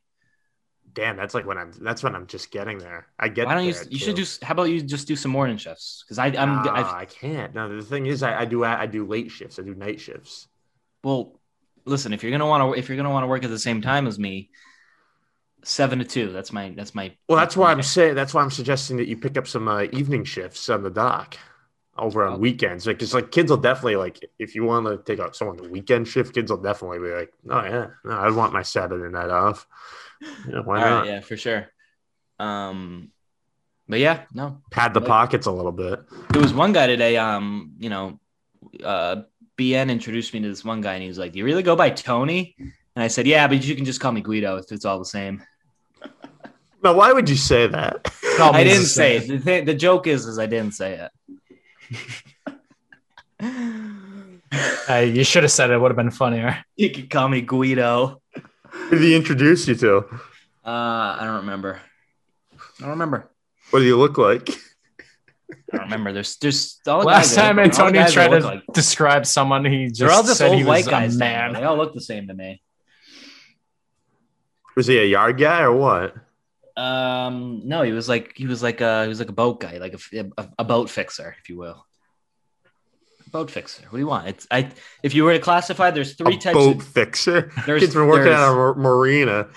S3: Damn, that's like when I'm. That's when I'm just getting there. I get.
S2: Why don't you?
S3: there,
S2: You
S3: too. Ah.
S2: should just. How about you just do some morning shifts? Because I I'm
S3: Nah,
S2: I've,
S3: I can't. No, the thing is, I, I do. I, I do late shifts. I do night shifts.
S2: well, listen. If you're gonna want to, if you're gonna want to work at the same time as me, seven to two. That's my that's my.
S3: Well, that's why I'm saying. That's why I'm suggesting that you pick up some uh, evening shifts on the dock over on
S2: Okay.
S3: weekends. Like, just like kids will definitely like if you want to take out someone's weekend shift, kids will definitely be like, "Oh yeah, no, I want my Saturday night off." Yeah, why
S2: All right,
S3: not?
S2: yeah, for sure. Um, but yeah, no.
S3: Pad the
S2: Like-
S3: pockets a little bit.
S2: There was one guy today. Um, you know, uh, BN introduced me to this one guy, and he was like, "Do you really go by Tony?" And I said, "Yeah, but you can just call me Guido. If it's all the same."
S3: Now, why would you say that?
S4: Probably
S2: I
S4: means
S2: didn't
S4: the
S2: say
S4: same.
S2: it. The, thi- the joke is, is I didn't say it.
S4: Hey, you should have said it. it. Would have been funnier.
S2: you could call me Guido.
S3: Who did he introduce you to?
S2: Uh, I don't remember. I don't remember.
S3: What do you look like?
S2: I don't remember. There's, there's all the guys
S4: Last
S2: that
S4: time
S2: look- all the
S4: Antonio
S2: guys that
S4: tried to
S2: look like-
S4: describe someone, he just
S2: they're all just
S4: said
S2: old
S4: he
S2: white
S4: was
S2: guys.
S4: a
S2: to me.
S4: man.
S2: They all look the same to me.
S3: Was he a yard guy or what?
S2: Um, no, he was like, he was like, a, he was like a boat guy, like a, a, a boat fixer, if you will. Boat fixer. What do you want? It's I. If you were to classify, there's three
S3: a
S2: types.
S3: boat
S2: of,
S3: fixer.
S2: There's-
S3: Kids been working
S2: there's-
S3: at a mar- marina.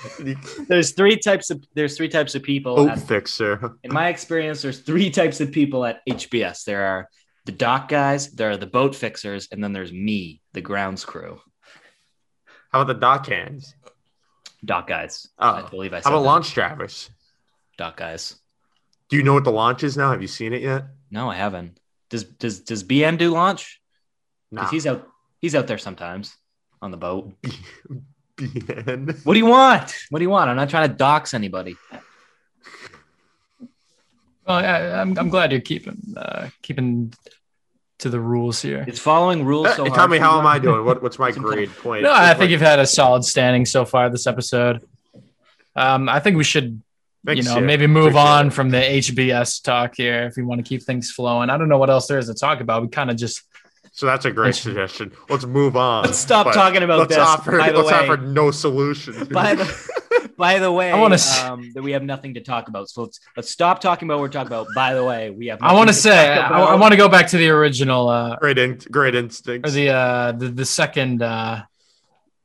S2: there's three types of there's three types of people
S3: boat
S2: at
S3: fixer.
S2: in my experience, there's three types of people at HBS. There are the dock guys, there are the boat fixers, and then there's me, the grounds crew.
S3: How about the dock hands?
S2: Dock guys. I
S3: Oh.
S2: believe I said
S3: How about
S2: that.
S3: launch drivers?
S2: dock guys.
S3: Do you know what the launch is now? Have you seen it yet?
S2: No, I haven't. Does does does BN do launch?
S3: No.
S2: Because he's out he's out there sometimes on the boat.
S3: BN.
S2: What do you want? What do you want? I'm not trying to dox anybody.
S4: Well, I, I'm, I'm glad you're keeping uh, keeping to the rules here.
S2: It's following rules.
S3: Hey,
S2: So
S3: Eh, tell
S2: hard
S3: me
S2: for
S3: how
S2: you.
S3: am I doing? What, what's my
S2: Some kind
S3: grade point?
S4: No, I think you've had a solid standing so far this episode. Um, I think we should,
S3: Thanks,
S4: you know,
S3: yeah.
S4: maybe move
S3: Appreciate
S4: on
S3: it.
S4: from the HBS talk here if you want to keep things flowing. I don't know what else there is to talk about. We kind of just
S3: So that's a great suggestion. Let's move on.
S2: Let's stop
S3: But
S2: talking about
S3: let's
S2: this.
S3: Offer,
S2: by the
S3: let's
S2: way,
S3: offer no solution.
S2: by the by the way,
S4: I wanna s-
S2: um, that we have nothing to talk about. So let's let's stop talking about what we're talking about. By the way, we have.
S4: I want to
S2: nothing
S4: say
S2: talk
S4: I,
S2: about.
S4: want to go back to the original uh,
S3: great, in, great instincts.
S4: or the uh, the, the second uh,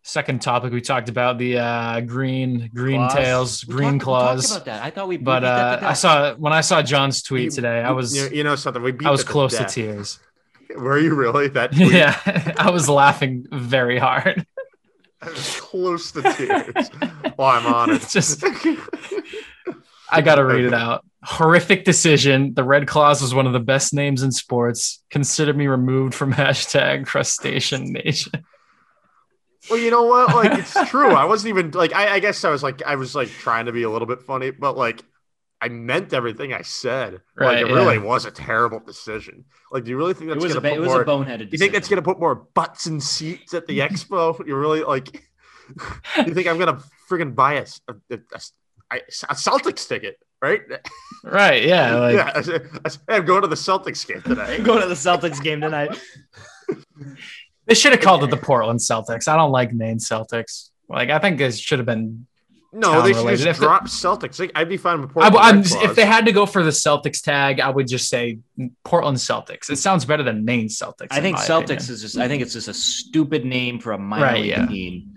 S4: second topic we talked about the uh, green green
S2: Claws.
S4: tails
S2: We
S4: green
S2: talked- we talked
S4: claws.
S2: about that. I thought we.
S4: But
S2: we beat that
S4: uh,
S2: to
S4: I
S2: death.
S4: saw when I saw John's
S3: You-
S4: tweet today, I was
S3: you, you know something. We beat
S4: I was
S3: that to
S4: close to
S3: death.
S4: tears.
S3: Were you really that? tweet?
S4: Yeah, I was laughing very hard.
S3: I was close to tears. well, I'm honored.
S4: It's just I gotta read it out. Horrific decision. The Red Claws was one of the best names in sports. Consider me removed from hashtag crustacean nation.
S3: Well, you know what? Like, it's true. I wasn't even like. I, I guess I was like. I was like trying to be a little bit funny, but like, I meant everything I said.
S4: Right,
S3: like, it
S4: yeah.
S3: really was a terrible decision. Like, do you really think
S2: it
S3: that's
S2: was
S3: gonna
S2: a ba-
S3: put
S2: it was
S3: more?
S2: a boneheaded.
S3: you think that's
S2: decision.
S3: gonna put more butts and seats at the expo? You really like? you think I'm gonna freaking buy a, s- a- a- a s- I- a Celtics ticket? Right?
S4: Right? Yeah. Like
S3: yeah. I said- I said, I'm going to the Celtics game today.
S2: go to the Celtics game tonight?
S4: they should have called it the Portland Celtics. I don't like Maine Celtics. Like I think it should have been.
S3: No, they should
S4: Town-related.
S3: just
S4: If the-
S3: drop Celtics. Like, I'd be fine with
S4: I,
S3: Portland.
S4: I'm-
S3: Red
S4: if
S3: Claws.
S4: they had to go for the Celtics tag, I would just say Portland Celtics. It sounds better than Maine Celtics.
S2: I
S4: in
S2: think
S4: my
S2: Celtics
S4: opinion.
S2: is just. I think it's just a stupid name for a minor
S4: Right,
S2: league
S4: yeah.
S2: team.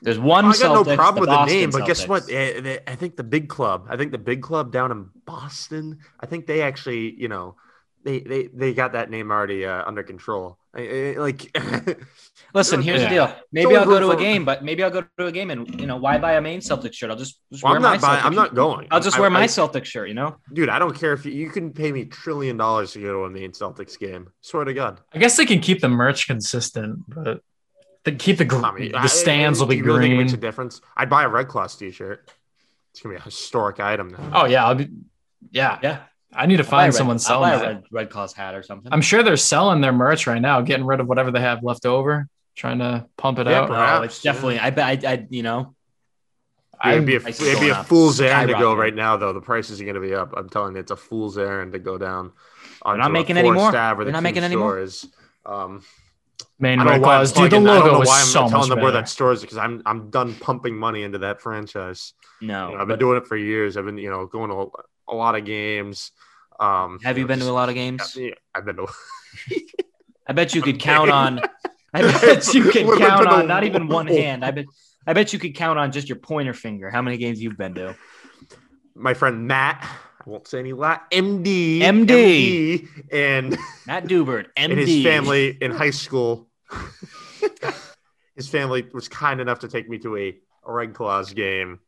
S2: There's one.
S3: Oh, I got
S2: Celtics,
S3: no problem
S2: the
S3: with the
S2: Boston
S3: name, but guess what?
S2: Celtics.
S3: Eh, they- I think the big club. I think the big club down in Boston. I think they actually, you know, they they, they got that name already uh, under control. I, I- like,
S2: Listen, here's
S4: Yeah.
S2: the deal. Maybe
S3: Don't
S2: I'll go
S3: root
S2: to a
S3: for-
S2: game, but maybe I'll go to a game and you know why buy a main Celtics shirt? I'll just, just
S3: well,
S2: wear
S3: I'm
S2: my
S3: not buying.
S2: Celtics
S3: I'm not going.
S2: I'll just
S3: I-
S2: wear my
S3: I-
S2: Celtics shirt, you know?
S3: dude. I don't care if you, you can pay me trillion dollars to go to a main Celtics game. Swear to God.
S4: I guess they can keep the merch consistent, but they keep the gr-
S3: I mean, I-
S4: the stands
S3: I-
S4: will be
S3: do you really think it
S4: green.
S3: makes a difference. I'd buy a Red Claws T-shirt. It's gonna be a historic item now.
S4: Oh yeah, I'll be, yeah.
S2: Yeah.
S4: I need to
S2: I'll buy a
S4: find
S2: red-
S4: someone
S2: I'll buy
S4: selling
S2: a
S4: that.
S2: red, red Claws hat or something.
S4: I'm sure they're selling their merch right now, getting rid of whatever they have left over, trying to pump it
S3: Yeah,
S4: out.
S3: bro.
S2: no, Oh, it's
S3: perhaps, yeah.
S2: definitely. I bet. I, I. You know.
S4: Oh,
S3: Dude, it'd be a,
S2: I see
S3: it'd be
S2: going
S3: a
S2: up.
S3: fool's errand to go
S2: Skyrocketing.
S3: right now, though. The prices are going to be up. I'm telling you, it's a fool's errand to go down.
S2: They're not
S3: onto a
S2: making any
S3: forest
S2: more.
S3: Ave or the
S2: They're not
S3: King
S2: making any more.
S3: Stores. Um, I
S4: Main
S3: don't know
S4: Red
S3: why I'm
S4: Claws. Dude, the
S3: plugging- I don't know
S4: logo is
S3: why I'm
S4: so
S3: telling
S4: much
S3: them where
S4: better.
S3: that store is because I'm I'm done pumping money into that franchise. You
S2: No.
S3: know, I've been
S2: Oh, but
S3: doing it for years. I've been you know going to a, a lot of games. Um,
S2: have you been to a lot of games?
S3: Yeah, I've been to.
S2: I bet you could
S3: Okay.
S2: count on. I bet you could
S3: Would've been
S2: count
S3: a
S2: on not even one
S3: war.
S2: hand. I bet. I bet you could count on just your pointer finger. How many games you've been to?
S3: My friend Matt, I won't say any lot. MD,
S2: MD.
S3: MD and
S2: Matt Dubert, MD.
S3: and his family in high school. his family was kind enough to take me to a Red Claws game.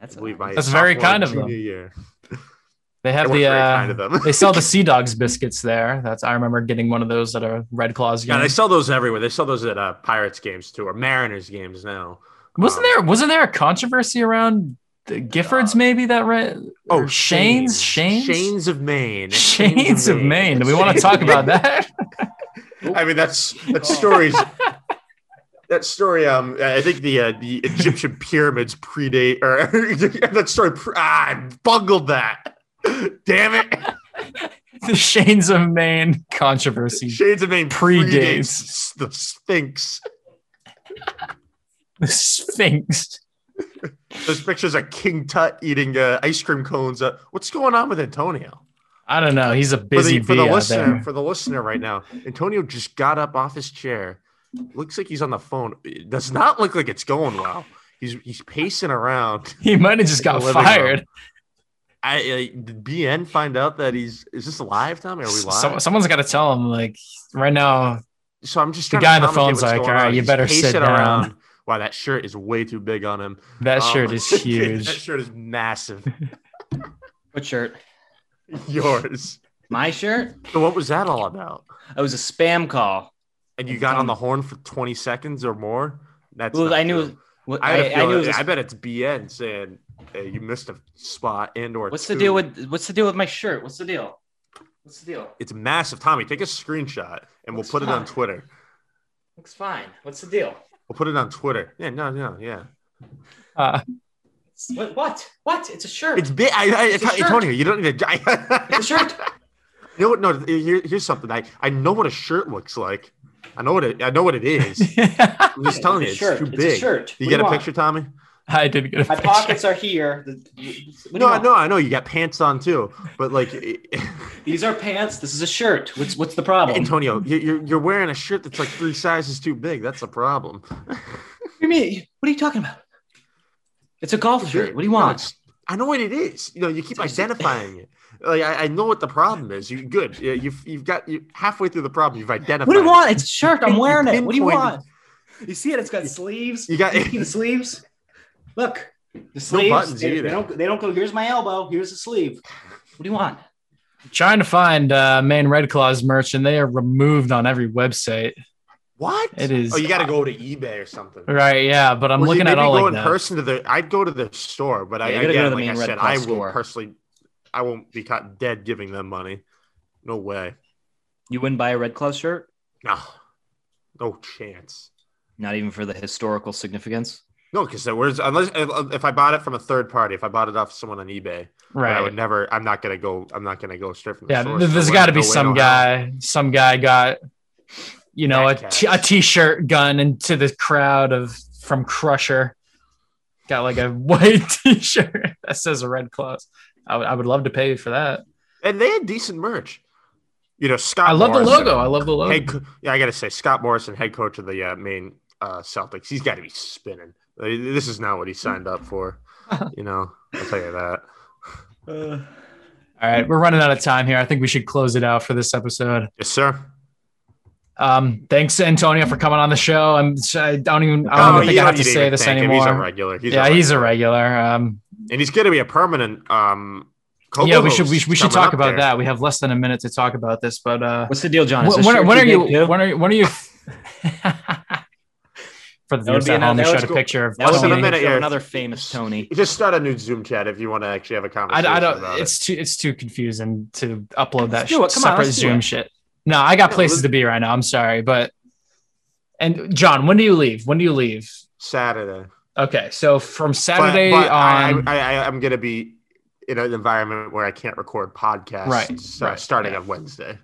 S2: That's
S3: I believe my
S4: That's very
S3: sophomore and
S4: kind of them.
S3: junior Year.
S4: They
S3: They
S4: have
S3: were
S4: the
S3: very kind
S4: uh,
S3: of them.
S4: they sell the Sea Dogs biscuits there. That's I remember getting one of those that are Red Claws.
S3: yeah,
S4: game.
S3: they sell those everywhere. They sell those at uh, Pirates games too, or Mariners games now.
S4: wasn't there wasn't there a controversy around the Giffords maybe that Red? or Oh, Shane's Shane's
S3: Uh, oh, Shane's of Maine.
S4: Shane's of Maine. Do we want to
S2: Shane's
S4: talk
S2: of
S4: about that?
S3: I mean, that's that story's that story. Um, I think the uh, the Egyptian pyramids predate or that story. Pre- ah, I bungled that. Damn it.
S4: the Shanes of Maine controversy.
S3: Shades of Maine
S4: Predates.
S3: predates the Sphinx.
S4: The Sphinx.
S3: There's pictures of King Tut eating uh, ice cream cones. Uh, what's going on with Antonio?
S4: I don't know. He's a
S3: For
S4: busy
S3: the,
S4: bee
S3: for the
S4: out
S3: listener,
S4: there.
S3: for the listener right now, Antonio just got up off his chair. Looks like he's on the phone. It does not look like it's going well. He's he's pacing around.
S4: He might have just got
S3: The living room.
S4: fired.
S3: I, I uh, did BN find out that he's is this live, Tommy? Are we live?
S4: So, someone's got to tell him, like, right now,
S3: so I'm just
S4: The
S3: trying
S4: guy on
S3: to
S4: the
S3: commentate what's
S4: phone's like,
S3: going
S4: "All right,
S3: on.
S4: you
S3: He's
S4: better sit
S3: pacing
S4: down."
S3: around. Wow, that shirt is way too big on him.
S4: that
S3: Um,
S4: shirt is
S3: that
S4: huge.
S3: shirt is massive.
S2: What shirt?
S3: Yours.
S2: My shirt?
S3: So what was that all about?
S2: It was a spam call.
S3: And you got on
S4: Um,
S3: the horn for 20 seconds or more? That's
S2: Well,
S3: not
S2: I knew.
S3: true.
S2: Well,
S3: I, had a
S2: I, I
S3: feeling-
S2: knew. It was a
S3: I bet it's BN saying hey, you missed a spot and or
S2: What's the
S3: two."
S2: deal with what's the deal with my shirt? What's the deal? What's the deal?
S3: It's massive. Tommy, take a screenshot and we'll
S2: Looks
S3: put it on
S2: fine.
S3: Twitter.
S2: Looks fine. What's the deal?
S3: We'll put it on Twitter. Yeah, no, no, yeah.
S4: Uh,
S2: What? What? What? It's a shirt.
S3: It's big. I, I,
S2: It's a shirt.
S3: Antonio, you don't need to.
S2: It's a shirt.
S3: You know what? No, here, here's something. I, I know what a shirt looks like. I know what it. I know what it is. I'm just telling you,
S2: It's
S3: it's
S2: a shirt.
S3: too
S2: It's a
S3: big.
S2: shirt.
S3: You
S2: What do
S3: get a
S2: want?
S3: picture, Tommy?
S4: I did get a
S2: My
S4: picture.
S2: pockets are here. The- what do you
S3: No, I
S2: want?
S3: know, I know. You got pants on too, but like,
S2: These are pants. This is a shirt. What's what's the problem? What
S3: Antonio, you- you're you're wearing a shirt that's like three sizes too big. That's a problem.
S2: do you mean? What are you talking about? It's a golf shirt. What do you want?
S3: it's- I know what it is. You know, you keep
S2: It's a-
S3: identifying it. Like, I, I know what the problem is. You good? Yeah, You've you've got you halfway through the problem. You've identified.
S2: What do you
S3: it.
S2: want? It's a shirt. I'm
S3: You
S2: wearing it. What do you
S3: pinpointed-
S2: want? You see it? It's got sleeves.
S3: You got-
S2: You see the sleeves. Look, the
S3: No
S2: sleeves.
S3: buttons
S2: they, they
S3: either.
S2: don't. They don't go. Here's my elbow. Here's the sleeve. What do you want?
S4: trying to find uh, main Red Claws merch, and they are removed on every website.
S3: What?
S4: It is-
S3: Oh, you got to go to eBay or something.
S4: Right? Yeah, but I'm
S3: Well,
S4: looking
S3: maybe
S4: at all
S3: go
S4: like
S3: in
S4: that.
S3: person to the. I'd go to the store, but I
S2: Yeah, you gotta go to
S3: again,
S2: the
S3: like I
S2: main Red
S3: said,
S2: Cross
S3: I will
S2: store.
S3: personally, I won't be caught dead giving them money. No way.
S2: You wouldn't buy a Red Claw shirt?
S3: No, no chance.
S2: Not even for the historical significance.
S3: No, because where's unless if I bought it from a third party, if I bought it off someone on eBay, but I
S4: Right.
S3: would never. I'm not gonna go. I'm not gonna go straight from. The
S4: Yeah,
S3: source.
S4: th- there's
S3: No way,
S4: got to
S3: no
S4: be
S3: way,
S4: some
S3: no how.
S4: guy. Some guy got, you know, a,
S3: Backpacks.
S4: t- a t-shirt gun into the crowd of from Crusher. Got like a white t-shirt that says Red Claws. I would I would love to pay you for that.
S3: and they had decent merch. You know, Scott.
S4: I love the
S3: Morrison,
S4: logo. I love the logo.
S3: Head, co- yeah, I gotta say, Scott Morrison, head coach of the uh, Maine uh, Celtics, he's got to be spinning. Uh, This is not what he signed up for. You know, I'll tell you that.
S4: All right, we're running out of time here. I think we should close it out for this episode.
S3: Yes, sir.
S4: Um, thanks, Antonio, for coming on the show. I'm I don't even I don't
S3: Oh,
S4: even think
S3: you
S4: I have
S3: need
S4: to say
S3: even
S4: this
S3: thank him.
S4: anymore.
S3: He's a regular. He's
S4: yeah,
S3: a
S4: he's a
S3: regular.
S4: regular. Um,
S3: and he's gonna be a permanent. Um,
S4: yeah, we should we, should- we should
S3: co-host
S4: talk
S3: coming up
S4: about that. We have less than a minute to talk about this, but uh,
S2: What's the deal, John? Is
S4: when,
S2: this
S4: when,
S2: shirt
S4: when are
S2: you
S4: you?
S2: gave too?
S4: When are you? When are you? For the
S2: That would
S4: viewers
S2: be
S4: at home,
S2: another-
S4: we
S2: that
S4: showed
S2: would
S4: a
S3: go-
S4: picture of.
S2: That was
S3: Less than a
S4: Tony.
S3: minute, yeah.
S2: another famous Tony.
S3: there. Just start a new Zoom chat if you want to actually have a
S4: I,
S3: conversation.
S4: I don't.
S3: about
S4: It's too. It's too confusing to upload
S2: Let's
S4: that
S2: do it.
S4: sh-
S2: Come on,
S4: separate
S2: let's do
S4: Zoom
S2: it.
S4: shit. No, I got
S3: Yeah,
S4: places
S3: let's-
S4: to be right now. I'm sorry, but and John, when do you leave? When do you leave?
S3: it. Saturday.
S4: Okay, so from
S3: But-
S4: Saturday
S3: but I,
S4: on.
S3: I, I, I'm gonna be in an environment where I can't record podcasts.
S4: Right,
S3: uh,
S4: right,
S3: starting
S4: yeah.
S3: on Wednesday.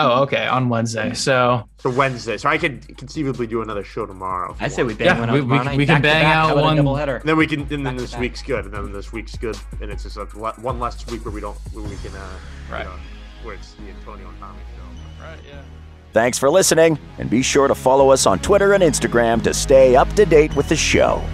S4: oh, okay, on Wednesday. So
S3: So Wednesday. So I could conceivably do another show tomorrow. if
S2: I
S3: you
S2: say
S3: want.
S2: we bang
S4: Yeah,
S2: one out
S4: we- we
S2: tomorrow
S4: can-
S2: night,
S4: we can
S2: back to
S4: bang
S2: back.
S4: out
S2: How about a
S4: one-
S2: doubleheader?
S3: And then we can, and then
S2: Back to
S3: this
S2: back.
S3: week's good, and then this week's good, and it's just like le- one less week where we don't, where we can, uh,
S4: Right.
S3: you know, where it's the Antonio and Tommy show.
S4: right, yeah.
S1: Thanks for listening, and be sure to follow us on Twitter and Instagram to stay up to date with the show.